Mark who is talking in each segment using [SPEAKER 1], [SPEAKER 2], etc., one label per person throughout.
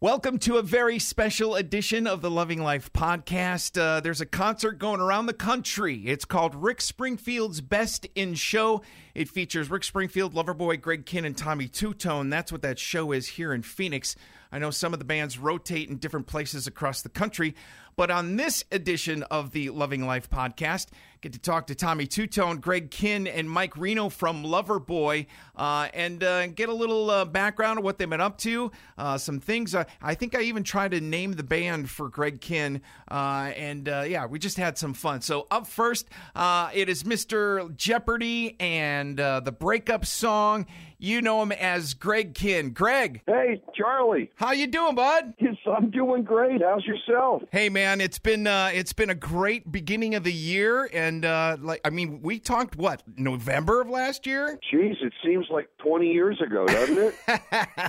[SPEAKER 1] Welcome to a very special edition of the Loving Life podcast. Uh, there's a concert going around the country. It's called Rick Springfield's Best in Show. It features Rick Springfield, Loverboy, Greg Kinn, and Tommy Two Tone. That's what that show is here in Phoenix. I know some of the bands rotate in different places across the country, but on this edition of the Loving Life podcast, get to talk to Tommy Two Tone, Greg Kinn, and Mike Reno from Loverboy, uh, and uh, get a little uh, background of what they've been up to, uh, some things. Uh, I think I even tried to name the band for Greg Kinn, uh, and uh, yeah, we just had some fun. So up first, uh, it is Mr. Jeopardy and uh, the breakup song. You know him as Greg Kinn. Greg,
[SPEAKER 2] Hey, Charlie.
[SPEAKER 1] how you doing, bud?
[SPEAKER 2] Yes, I'm doing great. How's yourself?
[SPEAKER 1] Hey man, it's been uh, it's been a great beginning of the year, and uh, like I mean, we talked what November of last year.
[SPEAKER 2] Jeez, it seems like 20 years ago, doesn't it?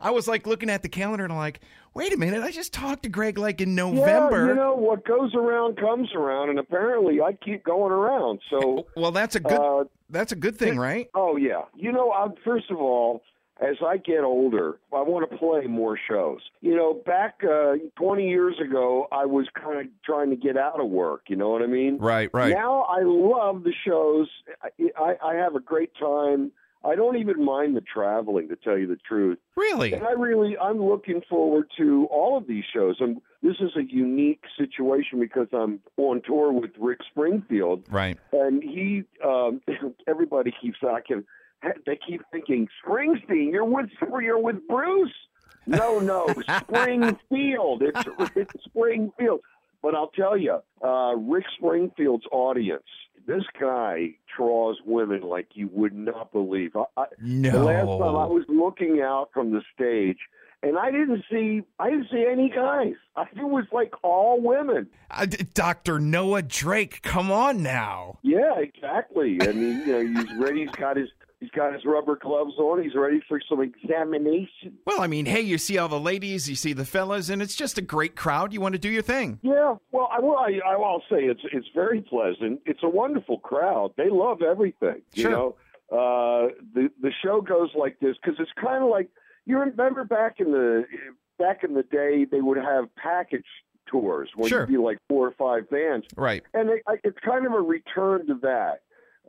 [SPEAKER 1] I was like looking at the calendar and I'm like, wait a minute, I just talked to Greg like in
[SPEAKER 2] Yeah,
[SPEAKER 1] November.
[SPEAKER 2] you know, what goes around comes around, and apparently I keep going around. So,
[SPEAKER 1] well, that's a good
[SPEAKER 2] uh,
[SPEAKER 1] that's a good thing, right?
[SPEAKER 2] oh, yeah. You know, I'm, first of all, as I get older, I want to play more shows. You know, back uh, 20 years ago, I was kind of trying to get out of work. You know what I mean?
[SPEAKER 1] Right,
[SPEAKER 2] Now I love the shows. I, I, I have a great time. I don't even mind the traveling, to tell you the truth.
[SPEAKER 1] Really?
[SPEAKER 2] And I really, I'm looking forward to all of these shows. I'm, this is a unique situation because I'm on tour with Rick Springfield,
[SPEAKER 1] Right.
[SPEAKER 2] and he, um, everybody keeps talking. They keep thinking Springsteen. You're with you're with Bruce. No, no, Springfield. It's, it's Springfield. But I'll tell you, uh, Rick Springfield's audience. This guy draws women like you would not believe. I, I, the
[SPEAKER 1] No.
[SPEAKER 2] last time I was looking out from the stage, and I didn't see I didn't see any guys. I, it was like all women.
[SPEAKER 1] Uh, D- Dr. Noah Drake, come on now.
[SPEAKER 2] Yeah, exactly. I mean, you know, he's ready. He's got his he's got his rubber gloves on. He's ready for some examination.
[SPEAKER 1] Well, I mean, hey, you see all the ladies, you see the fellas, and it's just a great crowd. You want to do your thing.
[SPEAKER 2] Yeah. Well, I will. I, I will say it's it's very pleasant. It's a wonderful crowd. They love everything.
[SPEAKER 1] Sure.
[SPEAKER 2] You know, uh, the the show goes like this because it's kind of like you remember back in the back in the day they would have package tours where
[SPEAKER 1] Sure.
[SPEAKER 2] you'd be like four or five bands.
[SPEAKER 1] Right.
[SPEAKER 2] and it, I- it's kind of a return to that.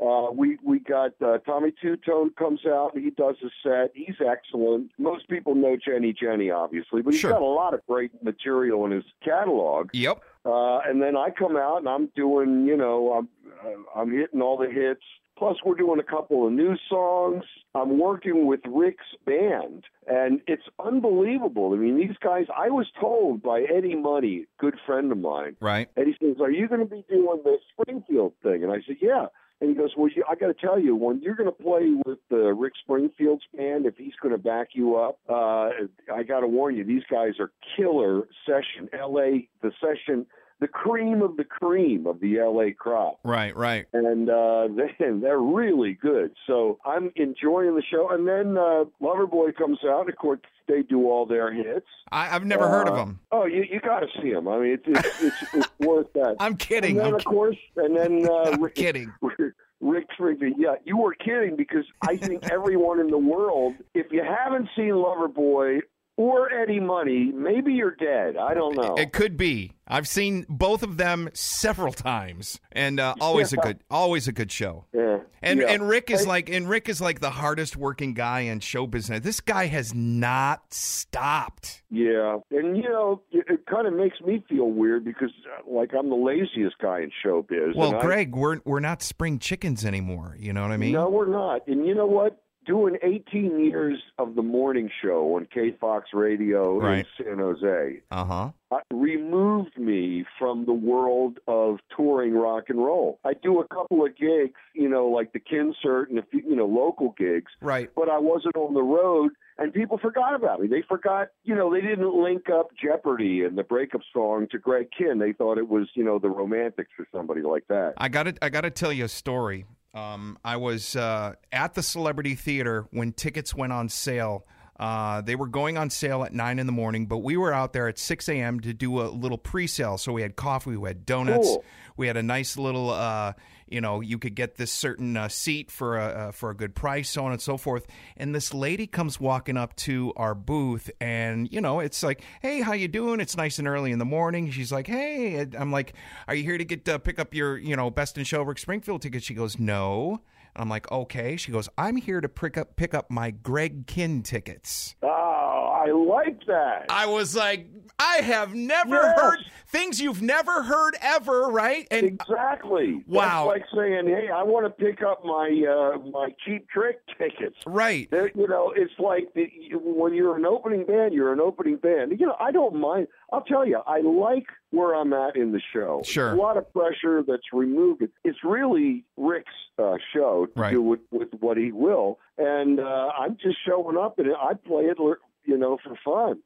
[SPEAKER 2] Uh, we we got uh, Tommy Two Tone comes out. He does a set. He's excellent. Most people know Jenny Jenny, obviously, but he's
[SPEAKER 1] Sure.
[SPEAKER 2] got a lot of great material in his catalog.
[SPEAKER 1] Yep.
[SPEAKER 2] Uh, and then I come out and I'm doing, you know, I'm uh, I'm hitting all the hits. Plus, we're doing a couple of new songs. I'm working with Rick's band, and it's unbelievable. I mean, these guys. I was told by Eddie Money, good friend of mine,
[SPEAKER 1] Right.
[SPEAKER 2] and he says, "Are you going to be doing the Springfield thing?" And I said, "Yeah." And he goes, "Well, you, I got to tell you, when you're going to play with uh, Rick Springfield's band, if he's going to back you up, uh, I got to warn you, these guys are killer session. L.A. the session, the cream of the cream of the L.A. crop."
[SPEAKER 1] Right, right.
[SPEAKER 2] And uh, they, they're really good. So I'm enjoying the show. And then uh, Loverboy comes out. and Of course, they do all their hits.
[SPEAKER 1] I, I've never heard of
[SPEAKER 2] Uh,
[SPEAKER 1] them.
[SPEAKER 2] Oh, you, you got to see them. I mean, it's, it's, it's, it's worth that.
[SPEAKER 1] I'm kidding.
[SPEAKER 2] And then,
[SPEAKER 1] I'm
[SPEAKER 2] of course, and then uh,
[SPEAKER 1] I'm
[SPEAKER 2] Rick,
[SPEAKER 1] kidding.
[SPEAKER 2] Rick Springfield. Yeah, you were kidding because I think everyone in the world, if you haven't seen Loverboy or Eddie Money, maybe you're dead. I don't know.
[SPEAKER 1] It could be. I've seen both of them several times, and uh, always a good, always a good show.
[SPEAKER 2] yeah.
[SPEAKER 1] And
[SPEAKER 2] yeah.
[SPEAKER 1] and Rick is
[SPEAKER 2] Hey.
[SPEAKER 1] like and Rick is like the hardest working guy in show business. This guy has not stopped.
[SPEAKER 2] yeah, and you know, it, it kind of makes me feel weird because uh, like I'm the laziest guy in showbiz.
[SPEAKER 1] Well,
[SPEAKER 2] and I-
[SPEAKER 1] Greg, we're we're not spring chickens anymore. You know what I mean?
[SPEAKER 2] No, we're not. And you know what? Doing 18 years of the morning show on K Fox Radio
[SPEAKER 1] Right.
[SPEAKER 2] in San Jose
[SPEAKER 1] Uh huh.
[SPEAKER 2] uh, removed me from the world of touring rock and roll. I do a couple of gigs, you know, like the Kinsert and a few, you know, local gigs,
[SPEAKER 1] Right.
[SPEAKER 2] but I wasn't on the road. and people forgot about me. They forgot, you know, they didn't link up Jeopardy and the breakup song to Greg Kinn. They thought it was, you know, the Romantics or somebody like that.
[SPEAKER 1] I got to I got to tell you a story. Um, I was uh, at the Celebrity Theater when tickets went on sale. Uh, they were going on sale at nine in the morning, but we were out there at six a.m. to do a little pre-sale. So we had coffee, we had donuts,
[SPEAKER 2] Cool.
[SPEAKER 1] we had a nice little, uh, you know, you could get this certain uh, seat for a uh, for a good price, so on and so forth. And this lady comes walking up to our booth, and you know, it's like, hey, how you doing? It's nice and early in the morning. She's like, hey, And I'm like, are you here to get uh, pick up your, you know, best in show Rick Springfield ticket? She goes, no. And I'm like, okay. She goes, I'm here to pick up pick up my Greg Kinn tickets.
[SPEAKER 2] Oh, I like that.
[SPEAKER 1] I was like, I have never
[SPEAKER 2] Yes.
[SPEAKER 1] heard things you've never heard ever, right? And
[SPEAKER 2] Exactly.
[SPEAKER 1] Wow.
[SPEAKER 2] That's like saying, "Hey, I want to pick up my uh, my cheap trick tickets."
[SPEAKER 1] right.
[SPEAKER 2] There- You know, it's like the, when you're an opening band, you're an opening band. You know, I don't mind. I'll tell you, I like where I'm at in the show.
[SPEAKER 1] Sure.
[SPEAKER 2] It's a lot of pressure that's removed. It's really Rick's uh, show to
[SPEAKER 1] Right.
[SPEAKER 2] do with, with what he will, and uh, I'm just showing up and I play it, you know, for fun.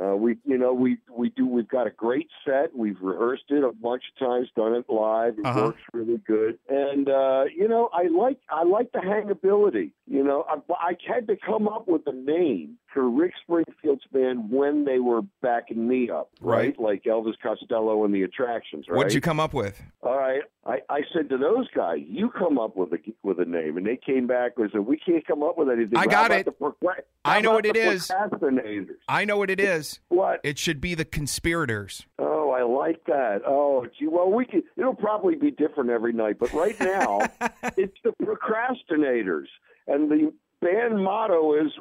[SPEAKER 2] Uh, we, you know, we we do. We've got a great set. We've rehearsed it a bunch of times, done it live. It
[SPEAKER 1] Uh-huh.
[SPEAKER 2] works really good. And uh, you know, I like I like the hangability. You know, I, I had to come up with a name for Rick Springfield's band when they were backing me up,
[SPEAKER 1] Right.
[SPEAKER 2] Like Elvis Costello and the Attractions, right?
[SPEAKER 1] What'd you come up with?
[SPEAKER 2] All right, I, I said to those guys, "You come up with a with a name," and they came back and said, "We can't come up with anything."
[SPEAKER 1] I
[SPEAKER 2] How
[SPEAKER 1] got
[SPEAKER 2] about
[SPEAKER 1] it.
[SPEAKER 2] the procra-
[SPEAKER 1] I
[SPEAKER 2] how
[SPEAKER 1] know
[SPEAKER 2] about
[SPEAKER 1] what it
[SPEAKER 2] the
[SPEAKER 1] is.
[SPEAKER 2] procrastinators?
[SPEAKER 1] I know what it is.
[SPEAKER 2] What?
[SPEAKER 1] It should be the conspirators.
[SPEAKER 2] Oh, I like that. Oh, gee, well, we could. It'll probably be different every night, but right now, it's the procrastinators, and the band motto is,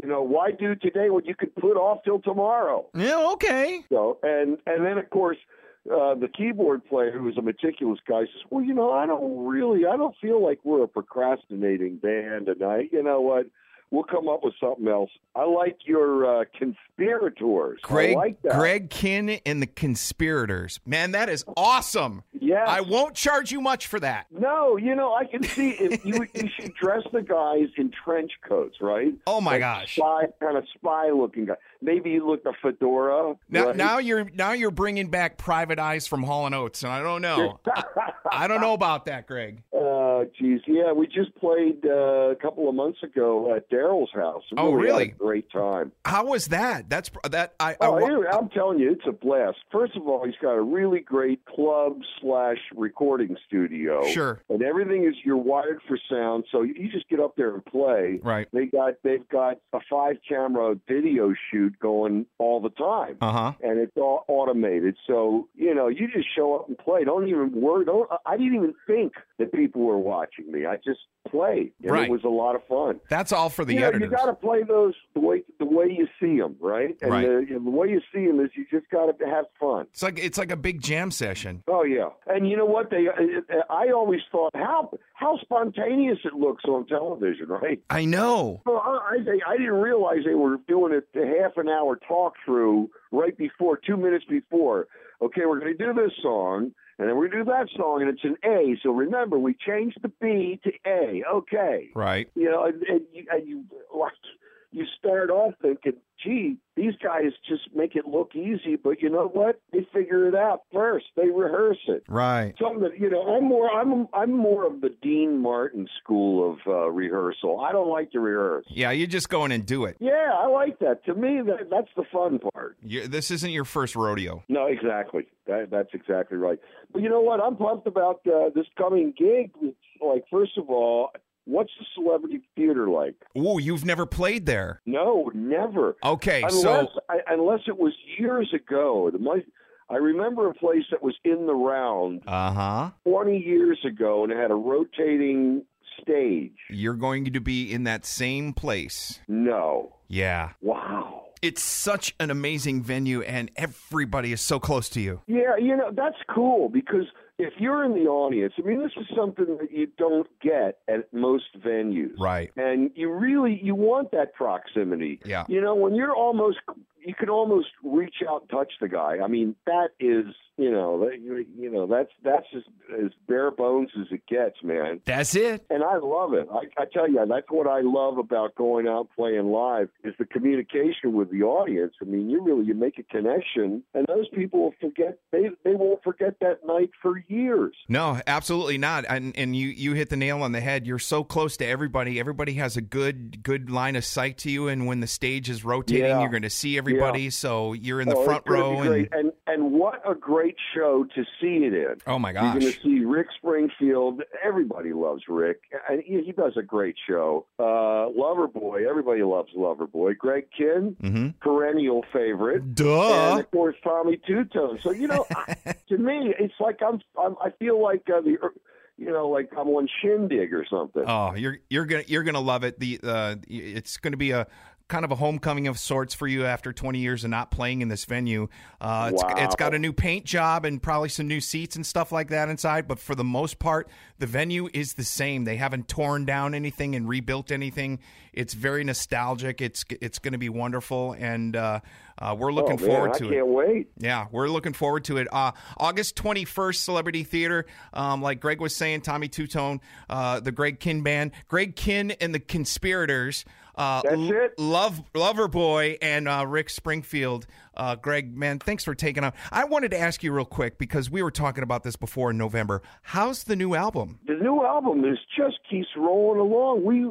[SPEAKER 2] you know, why do today what you could put off till tomorrow?
[SPEAKER 1] Yeah, okay.
[SPEAKER 2] So, and and then of course, uh, the keyboard player, who's a meticulous guy, says, well, you know, I don't really, I don't feel like we're a procrastinating band, and I, you know what. We'll come up with something else. I like your uh, conspirators.
[SPEAKER 1] Greg
[SPEAKER 2] I like that.
[SPEAKER 1] Greg Kinn and the conspirators. Man, that is awesome.
[SPEAKER 2] Yes.
[SPEAKER 1] I won't charge you much for that.
[SPEAKER 2] No, you know, I can see if you you should dress the guys in trench coats, right?
[SPEAKER 1] Oh my
[SPEAKER 2] Like
[SPEAKER 1] gosh.
[SPEAKER 2] Spy kind of spy looking guy. Maybe you look a fedora.
[SPEAKER 1] Now,
[SPEAKER 2] right?
[SPEAKER 1] now you're now you're bringing back private eyes from Hall and Oates, and I don't know. I, I don't know about that, Greg.
[SPEAKER 2] uh geez, yeah, we just played uh, a couple of months ago at Daryl's house. We
[SPEAKER 1] Oh,
[SPEAKER 2] had
[SPEAKER 1] really?
[SPEAKER 2] a great time.
[SPEAKER 1] How was that? That's that. I, I
[SPEAKER 2] Oh,
[SPEAKER 1] wa-
[SPEAKER 2] anyway, I'm telling you, it's a blast. First of all, he's got a really great club slash recording studio.
[SPEAKER 1] Sure.
[SPEAKER 2] And everything is you're wired for sound, so you just get up there and play.
[SPEAKER 1] Right.
[SPEAKER 2] They got they've got a five camera video shoot going all the time.
[SPEAKER 1] Uh huh.
[SPEAKER 2] And it's all automated, so you know you just show up and play. Don't even worry. Don't. I- I didn't even think that people were watching me. I just played. And
[SPEAKER 1] Right.
[SPEAKER 2] It was a lot of fun
[SPEAKER 1] That's all for the
[SPEAKER 2] you know,
[SPEAKER 1] editors.
[SPEAKER 2] You got to play those the way the way you see them, right? And
[SPEAKER 1] Right.
[SPEAKER 2] The, and the way you see them is you just got to have fun.
[SPEAKER 1] It's like it's like a big jam session.
[SPEAKER 2] Oh yeah, and you know what? They I always thought how how spontaneous it looks on television, right?
[SPEAKER 1] I know.
[SPEAKER 2] Well, I, I think- I didn't realize they were doing a, a half an hour talk through right before, two minutes before. Okay, we're going to do this song, and then we're going to do that song, and it's an A. So remember, we changed the B to A. Okay,
[SPEAKER 1] Right.
[SPEAKER 2] you know, and, and you and you like you start off thinking, gee, these guys just make it look easy, but you know what? They figure it out first. They rehearse it.
[SPEAKER 1] Right.
[SPEAKER 2] Something that you know, I'm more I'm I'm more of the Dean Martin school of uh, rehearsal. I don't like to rehearse.
[SPEAKER 1] Yeah, you just go in and do it.
[SPEAKER 2] Yeah, I like that. To me, that that's the fun part.
[SPEAKER 1] you this isn't your first rodeo.
[SPEAKER 2] No, exactly. That, that's exactly right. But you know what? I'm pumped about uh, this coming gig. It's like, first of all, what's the celebrity theater like?
[SPEAKER 1] Ooh, you've never played there.
[SPEAKER 2] No, never.
[SPEAKER 1] Okay,
[SPEAKER 2] unless,
[SPEAKER 1] so
[SPEAKER 2] I, unless it was years ago. The my, I remember a place that was in the round
[SPEAKER 1] uh huh.
[SPEAKER 2] 20 years ago and it had a rotating stage.
[SPEAKER 1] You're going to be in that same place.
[SPEAKER 2] No.
[SPEAKER 1] Yeah.
[SPEAKER 2] Wow.
[SPEAKER 1] It's such an amazing venue, and everybody is so close to you.
[SPEAKER 2] Yeah, you know, that's cool because if you're in the audience, I mean, this is something that you don't get at most venues.
[SPEAKER 1] Right.
[SPEAKER 2] And you really you want that proximity.
[SPEAKER 1] Yeah.
[SPEAKER 2] You know, when you're almost you can almost reach out, and touch the guy. I mean, that is you know that- you know that's that's just as bare bones as it gets, man.
[SPEAKER 1] That's it.
[SPEAKER 2] And I love it. I, I tell you, that's what I love about going out and playing live is the communication with the audience. I mean, you really you make a connection, and those people will forget. They they won't forget that night for years.
[SPEAKER 1] No, absolutely not. And and you you hit the nail on the head. You're so close to everybody. Everybody has a good good line of sight to you. And when the stage is rotating,
[SPEAKER 2] Yeah.
[SPEAKER 1] you're going to see everybody. So you're in the
[SPEAKER 2] Oh, it's
[SPEAKER 1] front
[SPEAKER 2] gonna be
[SPEAKER 1] row. And
[SPEAKER 2] great. and and what a great show to see it in.
[SPEAKER 1] oh my
[SPEAKER 2] You're going
[SPEAKER 1] gosh,
[SPEAKER 2] to see Rick Springfield. Everybody loves Rick, and he, he does a great show. Uh, Loverboy, everybody loves Loverboy. Greg Kinn,
[SPEAKER 1] mm-hmm.
[SPEAKER 2] perennial favorite,
[SPEAKER 1] duh.
[SPEAKER 2] and of course Tommy Two Tone. So you know, I- to me, it's like I'm. I'm I feel like uh, the, er- you know, like I'm on Shindig or something.
[SPEAKER 1] Oh, you're you're gonna you're gonna love it. The uh, it's gonna be a kind of a homecoming of sorts for you after 20 years of not playing in this venue. Uh, it's,
[SPEAKER 2] Wow.
[SPEAKER 1] it's got a new paint job and probably some new seats and stuff like that inside. But for the most part, the venue is the same. They haven't torn down anything and rebuilt anything. It's very nostalgic. It's it's gonna be wonderful, and uh, uh, we're looking
[SPEAKER 2] Oh, man,
[SPEAKER 1] forward
[SPEAKER 2] I
[SPEAKER 1] to it.
[SPEAKER 2] can't wait.
[SPEAKER 1] Yeah, we're looking forward to it. Uh, August 21st, Celebrity Theater. Um, like Greg was saying, Tommy Two Tone, uh, the Greg Kin Band, Greg Kin and the Conspirators. Uh,
[SPEAKER 2] That's it.
[SPEAKER 1] Love Lover Boy and uh, Rick Springfield. Uh, Greg, man, thanks for taking on. I wanted to ask you real quick because we were talking about this before in November. How's the new album?
[SPEAKER 2] the new album is just keeps rolling along. We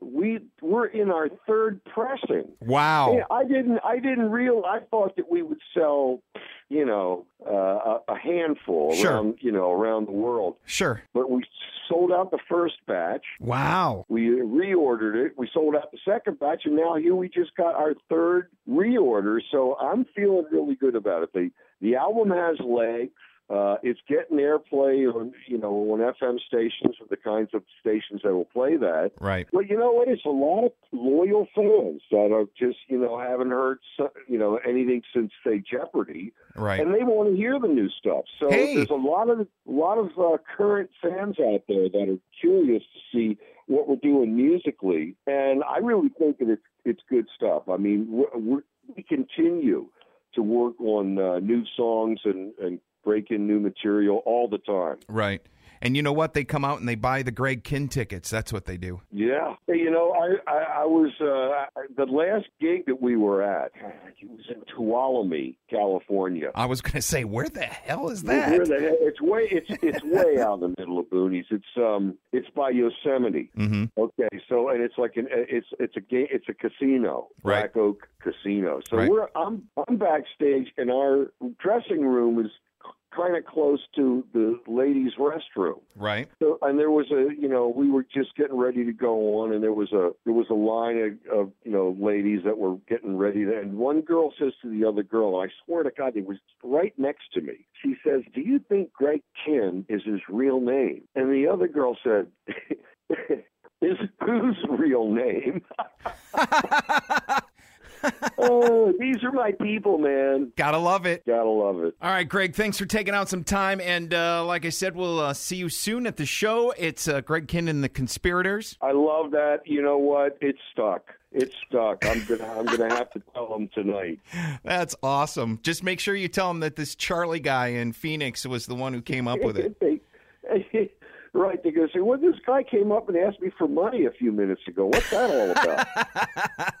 [SPEAKER 2] we we're in our third pressing.
[SPEAKER 1] Wow.
[SPEAKER 2] Yeah, I didn't. I didn't real. I thought that we would sell, you know, uh, a, a handful
[SPEAKER 1] Sure.
[SPEAKER 2] around, you know, around the world.
[SPEAKER 1] Sure.
[SPEAKER 2] But we sold out the first batch.
[SPEAKER 1] Wow.
[SPEAKER 2] We reordered it. We sold out the second batch, and now here we just got our third reorder. So I'm feeling really good about it. The the album has legs. Uh, it's getting airplay on you know on FM stations or the kinds of stations that will play that.
[SPEAKER 1] Right.
[SPEAKER 2] Well, you know what? It's a lot of loyal fans that are just you know haven't heard so- you know anything since say Jeopardy,
[SPEAKER 1] Right.
[SPEAKER 2] and they want to hear the new stuff. So
[SPEAKER 1] Hey.
[SPEAKER 2] there's a lot of lot of uh, current fans out there that are curious to see what we're doing musically, and I really think that it's it's good stuff. I mean, we're, we're, we continue to work on uh, new songs and and break in new material all the time.
[SPEAKER 1] Right. And you know what? They come out and they buy the Greg Kin tickets. That's what they do.
[SPEAKER 2] Yeah, Hey, you know, I I, I was uh, I- the last gig that we were at. It was in Tuolumne, California.
[SPEAKER 1] I was going to say, where the hell is
[SPEAKER 2] Where
[SPEAKER 1] that?
[SPEAKER 2] the hell- It's way it's it's way out in the middle of boonies. It's um it's by Yosemite.
[SPEAKER 1] Mm-hmm.
[SPEAKER 2] Okay, so and it's like an it's it's a game it's a casino,
[SPEAKER 1] Right.
[SPEAKER 2] Black Oak Casino. So
[SPEAKER 1] Right.
[SPEAKER 2] we're I'm I'm backstage and our dressing room is kind of close to the ladies' restroom.
[SPEAKER 1] Right.
[SPEAKER 2] So, and there was a, you know, we were just getting ready to go on, and there was a, there was a line of, of you know, ladies that were getting ready, to, and one girl says to the other girl, and I swear to God, it was right next to me. She says, "Do you think Greg Kin is his real name?" And the other girl said, "Is whose real name?" oh, these are my people, man.
[SPEAKER 1] Gotta love it.
[SPEAKER 2] Gotta love it.
[SPEAKER 1] All right, Greg, thanks for taking out some time. And uh, like I said, we'll uh, see you soon at the show. It's uh, Greg Kinn and the Conspirators.
[SPEAKER 2] I love that. You know what? It's stuck. It's stuck. I'm gonna, I'm gonna have to tell them tonight.
[SPEAKER 1] That's awesome. Just make sure you tell them that this Charlie guy in Phoenix was the one who came up with it.
[SPEAKER 2] They- right. They go say, "Well, this guy came up and asked me for money a few minutes ago. What's that all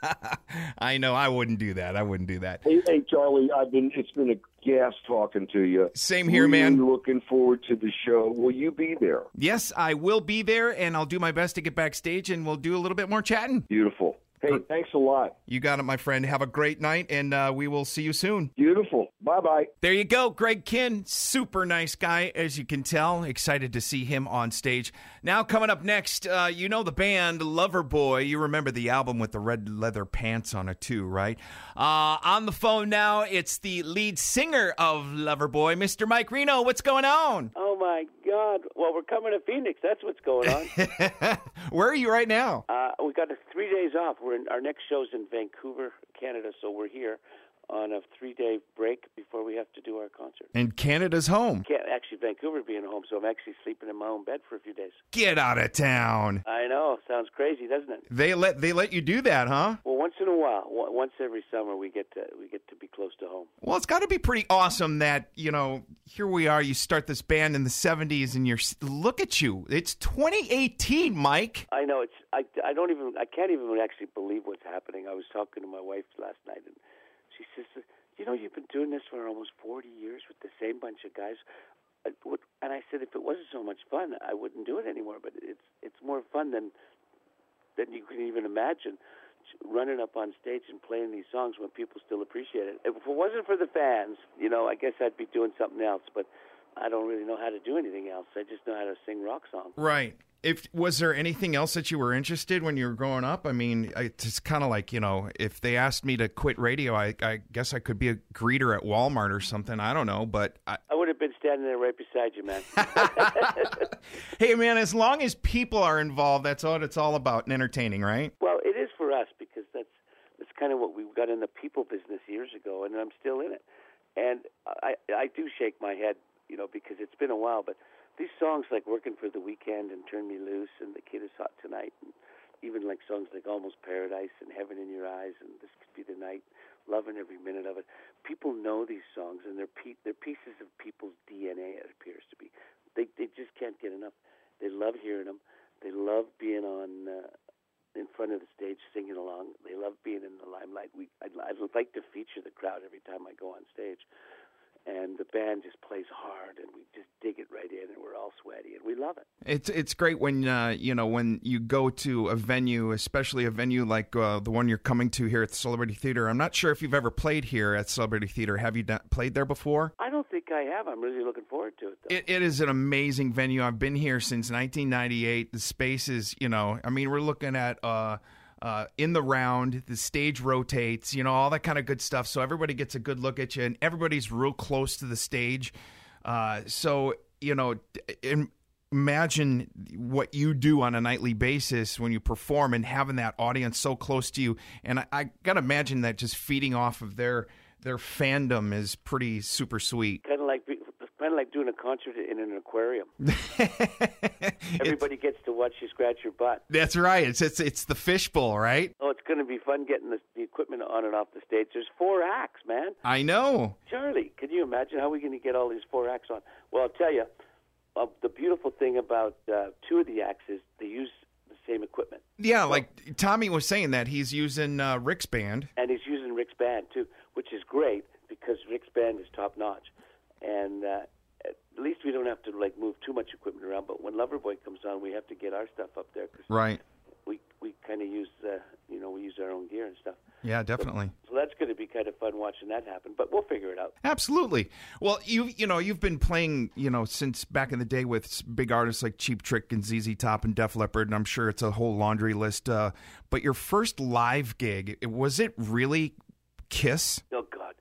[SPEAKER 2] about?"
[SPEAKER 1] I know. I wouldn't do that. I wouldn't do that.
[SPEAKER 2] hey, hey, Charlie, I've been. It's been a gas talking to you.
[SPEAKER 1] Same here,
[SPEAKER 2] Really
[SPEAKER 1] man.
[SPEAKER 2] Looking forward to the show. Will you be there?
[SPEAKER 1] Yes, I will be there, and I'll do my best to get backstage, and we'll do a little bit more chatting.
[SPEAKER 2] Beautiful. Hey, thanks a lot.
[SPEAKER 1] You got it, my friend. Have a great night, and uh, we will see you soon.
[SPEAKER 2] Beautiful. Bye bye.
[SPEAKER 1] There you go, Greg Kinn, super nice guy, as you can tell. Excited to see him on stage. Now, coming up next, uh, you know the band Loverboy. You remember the album with the red leather pants on it, too, right? Uh, on the phone now, it's the lead singer of Loverboy, Mr. Mike Reno. What's going on?
[SPEAKER 3] Oh my God! Well, we're coming to Phoenix. That's what's going on.
[SPEAKER 1] Where are you right now?
[SPEAKER 3] uh, we got three days off. We're in, our next show's in Vancouver, Canada, so we're here on a three day break before we have to do our concert.
[SPEAKER 1] And Canada's home.
[SPEAKER 3] Can't actually Vancouver being home, so I'm actually sleeping in my own bed for a few days.
[SPEAKER 1] Get out of town.
[SPEAKER 3] I know, sounds crazy, doesn't it?
[SPEAKER 1] They let they let you do that, huh?
[SPEAKER 3] Well, once in a while, w- once every summer, we get to we get to be close to home.
[SPEAKER 1] Well, it's got to be pretty awesome that, you know, here we are, you start this band in the 70s and you're look at you. It's 2018, Mike.
[SPEAKER 3] I know it's I, I don't even I can't even actually believe what's happening. I was talking to my wife last night and she says, "You know, you've been doing this for almost 40 years with the same bunch of guys." I would- And I said, "If it wasn't so much fun, I wouldn't do it anymore, but it's it's more fun than than you can even imagine." Running up on stage and playing these songs when people still appreciate it. If it wasn't for the fans, you know, I guess I'd be doing something else. But I don't really know how to do anything else. I just know how to sing rock songs.
[SPEAKER 1] Right. If was there anything else that you were interested when you were growing up? I mean, I- it's kind of like you know, if they asked me to quit radio, I, I guess I could be a greeter at Walmart or something. I don't know, but I,
[SPEAKER 3] I would have been standing there right beside you, man.
[SPEAKER 1] hey, man, as long as people are involved, that's all it's all about and entertaining, right?
[SPEAKER 3] well, it is for us because that's that's kind of what we got in the people business years ago, and I'm still in it. And I I do shake my head, you know, because it's been a while. But these songs like "Working for the Weekend" and "Turn Me Loose" and "The Kid Is Hot Tonight," and even like songs like "Almost Paradise" and "Heaven in Your Eyes" and "This Could Be the Night," loving every minute of it. People know these songs, and they're pe- they're pieces of people's DNA. It appears to be. They they just can't get enough. They love hearing them. They love being on. Uh, in front of the stage singing along. They love being in the limelight. We I'd, I'd like to feature the crowd every time I go on stage, and the band just plays hard, and we just dig it right in, and we're all sweaty, and we love it.
[SPEAKER 1] It's it's great when uh, you know when you go to a venue, especially a venue like uh, the one you're coming to here at the Celebrity Theater. I'm not sure if you've ever played here at Celebrity Theater. Have you done, played there before?
[SPEAKER 3] I don't think I have. I'm really looking forward to it. Though.
[SPEAKER 1] It, it is an amazing venue. I've been here since 1998. The space is, you know, I mean, we're looking at uh, uh, in the round. The stage rotates, you know, all that kind of good stuff. So everybody gets a good look at you, and everybody's real close to the stage. Uh, so you know, d- im- imagine what you do on a nightly basis when you perform, and having that audience so close to you. And I, I gotta imagine that just feeding off of their their fandom is pretty super sweet.
[SPEAKER 3] Kind of like be- kind of like doing a concert in an aquarium. Everybody gets to watch you scratch your butt.
[SPEAKER 1] That's right. It's it's it's the fishbowl, right?
[SPEAKER 3] Oh, it's going to be fun getting the, the equipment on and off the stage. There's four acts, man.
[SPEAKER 1] I know.
[SPEAKER 3] Charlie, can you imagine how we're going to get all these four acts on? Well, I'll tell you, uh, the beautiful thing about uh, two of the acts is they use the same equipment,
[SPEAKER 1] Yeah, like Tommy was saying that he's using uh, Rick's band.
[SPEAKER 3] and he's using Rick's band too, which is great because Rick's band is top notch, and uh, at least we don't have to like move too much equipment around. But when Loverboy comes on, we have to get our stuff up there because
[SPEAKER 1] Right.
[SPEAKER 3] we we kind of use uh, you know we use our own gear and stuff.
[SPEAKER 1] Yeah, definitely.
[SPEAKER 3] So that's going to be kind of fun watching that happen. But we'll figure it out.
[SPEAKER 1] Absolutely. Well, you you know you've been playing you know since back in the day with s- big artists like Cheap Trick and ZZ Top and Def Leppard, and I'm sure it's a whole laundry list. Uh, but your first live gig it- was it really Kiss?
[SPEAKER 3] Oh God,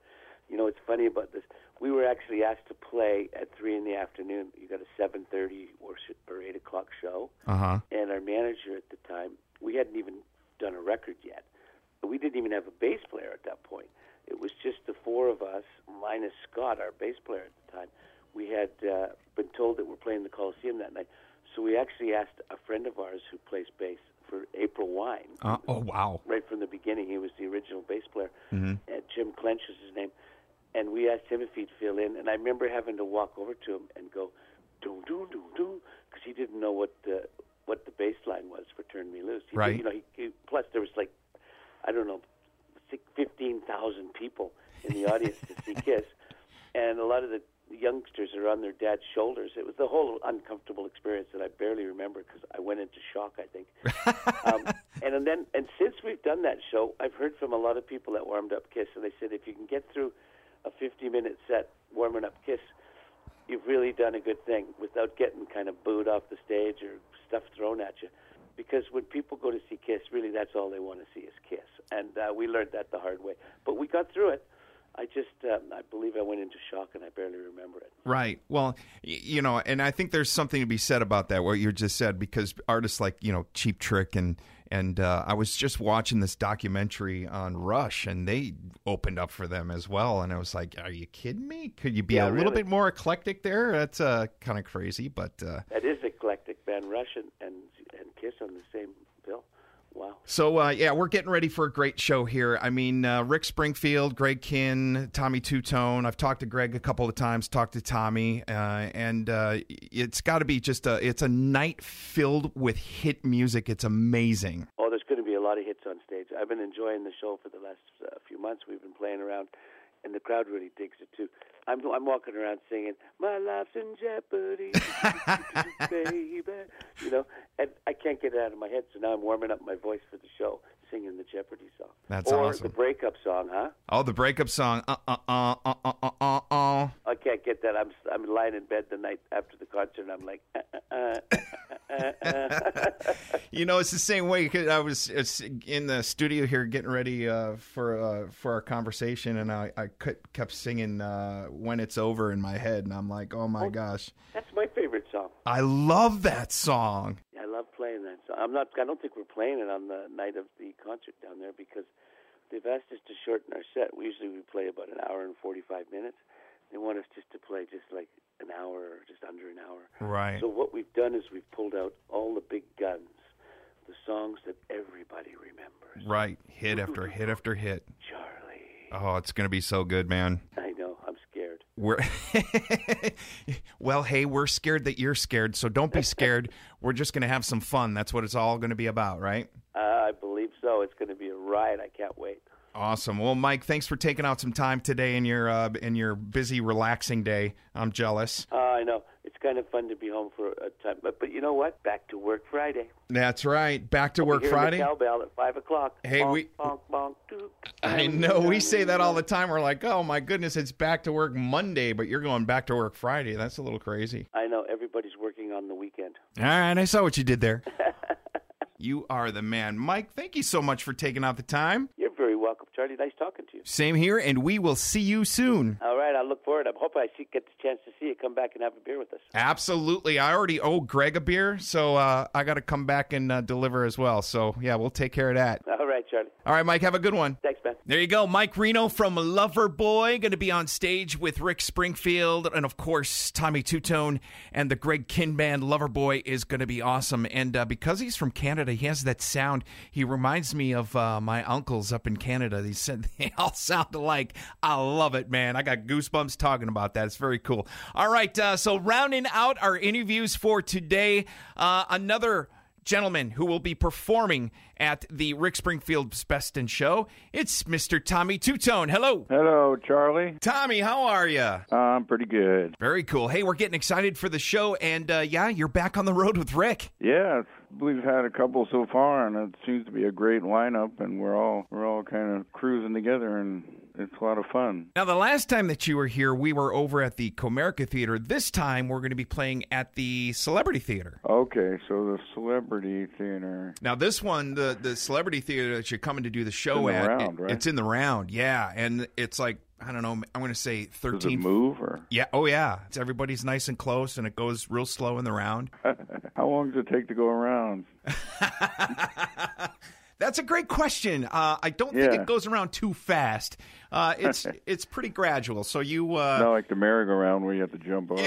[SPEAKER 3] you know it's funny about this. We were actually asked to play at three in the afternoon. You got a seven thirty or s- or eight o'clock show,
[SPEAKER 1] Uh huh.
[SPEAKER 3] and our manager at the time, we hadn't even done a record yet. We didn't even have a bass player at that point. It was just the four of us minus Scott, our bass player at the time. We had uh, been told that we're playing the Coliseum that night, so we actually asked a friend of ours who plays bass for April Wine
[SPEAKER 1] Uh, oh wow.
[SPEAKER 3] right from the beginning. He was the original bass player. Uh, Jim Clench is his name. And we asked him if he'd fill in. And I remember having to walk over to him and go, doom, doom, doom, doom, because he didn't know what the, what the bass line was for Turn Me Loose. He,
[SPEAKER 1] Right.
[SPEAKER 3] You know, he, he, plus there was like, I don't know, six- 15,000 people in the audience to see Kiss. And a lot of the youngsters are on their dad's shoulders. It was a whole uncomfortable experience that I barely remember because I went into shock, I think um, and, and then and since we've done that show, I've heard from a lot of people that warmed up Kiss, and they said if you can get through a 50-minute set warming up Kiss, you've really done a good thing without getting kind of booed off the stage or stuff thrown at you. Because when people go to see Kiss, really that's all they want to see is Kiss, and uh, we learned that the hard way. But we got through it. I just, um, I believe I went into shock, and I barely remember it.
[SPEAKER 1] Right. Well, y- you know, and I think there's something to be said about that what you just said because artists like you know Cheap Trick and And uh, I was just watching this documentary on Rush, and they opened up for them as well. And I was like, "Are you kidding me? Could you be
[SPEAKER 3] Yeah,
[SPEAKER 1] a little
[SPEAKER 3] really.
[SPEAKER 1] bit more eclectic there?" That's uh, kind of crazy, but uh,
[SPEAKER 3] That is eclectic, Van Rush and, and and Kiss on the same bill. Wow.
[SPEAKER 1] So uh, yeah, we're getting ready for a great show here. I mean, uh, Rick Springfield, Greg Kinn, Tommy Two Tone. I've talked to Greg a couple of times, talked to Tommy, uh, and uh, it's got to be just a it's a night filled with hit music. It's amazing.
[SPEAKER 3] Oh, there's going to be a lot of hits on stage. I've been enjoying the show for the last uh, few months. We've been playing around, and the crowd really digs it too. I'm I'm walking around singing "My Life's in Jeopardy," baby. You know, and I can't get it out of my head, so now I'm warming up my voice for the show, singing the Jeopardy song.
[SPEAKER 1] That's
[SPEAKER 3] or
[SPEAKER 1] awesome.
[SPEAKER 3] the breakup song, huh?
[SPEAKER 1] Oh, the breakup song. Uh uh uh uh uh uh uh. uh.
[SPEAKER 3] I can't get that. I'm I'm lying in bed the night after the concert. and I'm like, uh, uh, uh, uh, uh, uh.
[SPEAKER 1] You know, it's the same way. 'cause I was it's in the studio here getting ready uh, for uh, for our conversation, and I I kept kept singing uh, "When It's Over" in my head, and I'm like, oh my gosh.
[SPEAKER 3] that's my favorite song.
[SPEAKER 1] I love that song.
[SPEAKER 3] I love playing that. So I'm not. I don't think we're playing it on the night of the concert down there because they've asked us to shorten our set. We usually we play about an hour and 45 minutes. They want us just to play just like an hour, or just under an hour.
[SPEAKER 1] Right.
[SPEAKER 3] So what we've done is we've pulled out all the big guns, the songs that everybody remembers.
[SPEAKER 1] Right. Hit after hit after hit.
[SPEAKER 3] Charlie,
[SPEAKER 1] Oh, it's going to be so good, man.
[SPEAKER 3] I know. I'm scared.
[SPEAKER 1] We're Well, hey, we're scared that you're scared, so don't be scared. We're just going to have some fun. That's what it's all going to be about, right?
[SPEAKER 3] Uh, I believe so. It's going to be a riot. I can't wait.
[SPEAKER 1] Awesome. Well, Mike, thanks for taking out some time today in your uh, in your busy relaxing day. I'm jealous.
[SPEAKER 3] Uh, I know. It's kind of fun to be home for a time, but but you know what? Back to work Friday.
[SPEAKER 1] That's right. Back to work
[SPEAKER 3] Hearing
[SPEAKER 1] Friday.
[SPEAKER 3] The cowbell at five o'clock.
[SPEAKER 1] Hey,
[SPEAKER 3] Bonk,
[SPEAKER 1] we-
[SPEAKER 3] bonk, bonk, doop.
[SPEAKER 1] I know we say that all the time. We're like, "Oh my goodness, it's back to work Monday, but you're going back to work Friday." That's a little crazy.
[SPEAKER 3] I know everybody's working on the weekend.
[SPEAKER 1] All right, I saw what you did there. you are the man. Mike, thank you so much for taking out the time.
[SPEAKER 3] You're very welcome, Charlie. Nice talking to you.
[SPEAKER 1] Same here, and we will see you soon.
[SPEAKER 3] All right, I look forward. I hope I see, get the chance to see you. Come back and have a beer with us.
[SPEAKER 1] Absolutely. I already owe Greg a beer, so uh, I got to come back and uh, deliver as well. So, yeah, we'll take care of that.
[SPEAKER 3] All right, Charlie.
[SPEAKER 1] All right, Mike, have a good one.
[SPEAKER 3] Thanks, man.
[SPEAKER 1] There you go. Mike Reno from Loverboy going to be on stage with Rick Springfield and, of course, Tommy Tutone and the Greg Kin band. Loverboy is going to be awesome. And uh, because he's from Canada, he has that sound. He reminds me of uh, my uncles up in Canada. He said they all sound alike. I love it, man. I got goosebumps talking about that. It's very cool. All right. Uh, so, rounding out our interviews for today, uh, another gentleman who will be performing at the Rick Springfield's Best in Show. It's Mr. Tommy Two Tone. Hello.
[SPEAKER 4] Hello, Charlie.
[SPEAKER 1] Tommy, how are you?
[SPEAKER 4] I'm pretty good.
[SPEAKER 1] Very cool. Hey, we're getting excited for the show, and uh, yeah, you're back on the road with Rick.
[SPEAKER 4] Yes, we've had a couple so far, and it seems to be a great lineup. And we're all we're all kind of cruising together, and it's a lot of fun.
[SPEAKER 1] Now, the last time that you were here, we were over at the Comerica Theater. This time, we're going to be playing at the Celebrity Theater.
[SPEAKER 4] Okay, so the celebrity theater.
[SPEAKER 1] Now, this one, the the Celebrity Theater that you're coming to do the show
[SPEAKER 4] It's in
[SPEAKER 1] at,
[SPEAKER 4] the
[SPEAKER 1] it-
[SPEAKER 4] round, right?
[SPEAKER 1] it's in the round, yeah, and it's like I don't know, I'm going to say
[SPEAKER 4] Does it
[SPEAKER 1] 13
[SPEAKER 4] move or
[SPEAKER 1] Yeah. Oh, yeah. It's everybody's nice and close, and it goes real slow in the round.
[SPEAKER 4] how long does it take to go around?
[SPEAKER 1] That's a great question. Uh, I don't think
[SPEAKER 4] Yeah.
[SPEAKER 1] it goes around too fast. Uh, it's it's pretty gradual. So you uh,
[SPEAKER 4] Not like the merry-go-round where you have to jump on.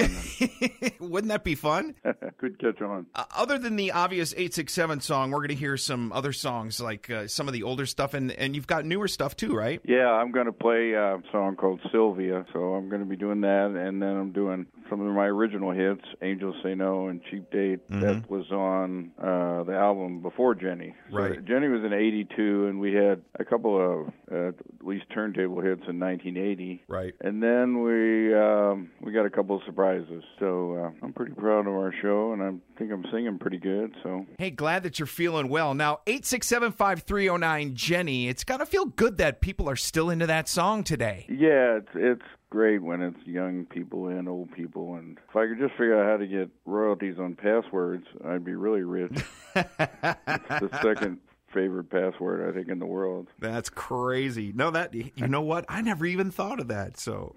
[SPEAKER 1] wouldn't that be fun?
[SPEAKER 4] Could catch on.
[SPEAKER 1] Uh, other than the obvious eight six seven song, we're going to hear some other songs like uh, some of the older stuff, and and you've got newer stuff too, right?
[SPEAKER 4] Yeah, I'm going to play uh, a song called Sylvia, so I'm going to be doing that, and then I'm doing some of my original hits, "Angels Say No" and "Cheap Date." That
[SPEAKER 1] Mm-hmm.
[SPEAKER 4] was on uh, the album before Jenny. So
[SPEAKER 1] Right.
[SPEAKER 4] Jenny was in '82, and we had a couple of uh, at least turntable hits in 1980.
[SPEAKER 1] Right.
[SPEAKER 4] And then we um, we got a couple of surprises, so uh, I'm pretty proud of our show, and I think I'm singing pretty good. So
[SPEAKER 1] Hey, glad that you're feeling well. Now, 8675309 Jenny, it's got to feel good that people are still into that song today.
[SPEAKER 4] Yeah, it's it's great when it's young people and old people, and if I could just figure out how to get royalties on passwords, I'd be really rich. it's the second favorite password I think in the world.
[SPEAKER 1] That's crazy. No, that you know what? I never even thought of that. So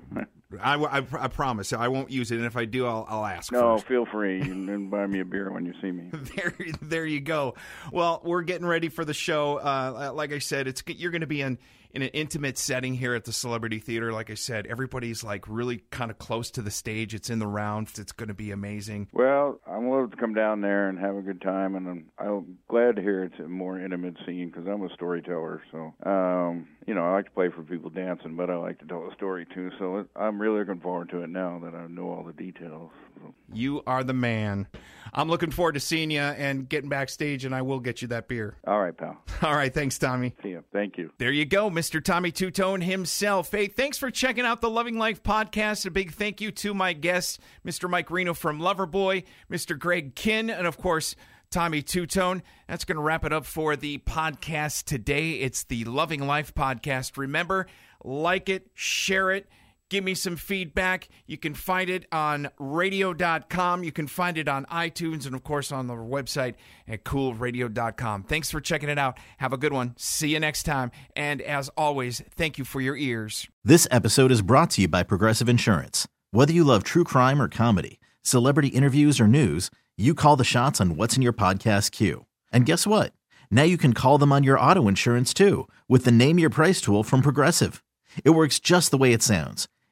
[SPEAKER 1] I, w- I pr- I promise I won't use it, and if I do, I'll, I'll ask.
[SPEAKER 4] No,
[SPEAKER 1] first.
[SPEAKER 4] feel free and, and buy me a beer when you see me.
[SPEAKER 1] There, there you go. Well, we're getting ready for the show. Uh, like I said, it's you're going to be in in an intimate setting here at the Celebrity Theater. Like I said, everybody's like really kind of close to the stage. It's in the round. It's going to be amazing.
[SPEAKER 4] Well, I'm willing to come down there and have a good time, and I'm, I'm glad to hear it's a more intimate scene because I'm a storyteller. So, um, you know, I like to play for people dancing, but I like to tell a story too. So it, I'm really looking forward to it now that I know all the details. So,
[SPEAKER 1] You are the man. I'm looking forward to seeing you and getting backstage, and I will get you that beer.
[SPEAKER 4] all right, pal.
[SPEAKER 1] All right, thanks, Tommy.
[SPEAKER 4] See ya. Thank you.
[SPEAKER 1] There you go, Mr. Tommy Two Tone himself. Hey, thanks for checking out the Loving Life podcast. A big thank you to my guests, Mr. Mike Reno from Loverboy, Mr. Greg Kinn, and of course, Tommy Two Tone. That's going to wrap it up for the podcast today. It's the Loving Life podcast. Remember, like it, share it. Give me some feedback. You can find it on radio.com. You can find it on iTunes and, of course, on the website at coolradio.com. Thanks for checking it out. Have a good one. See you next time. And as always, thank you for your ears.
[SPEAKER 5] This episode is brought to you by Progressive Insurance. Whether you love true crime or comedy, celebrity interviews or news, you call the shots on what's in your podcast queue. And guess what? Now you can call them on your auto insurance too with the Name Your Price tool from Progressive. It works just the way it sounds.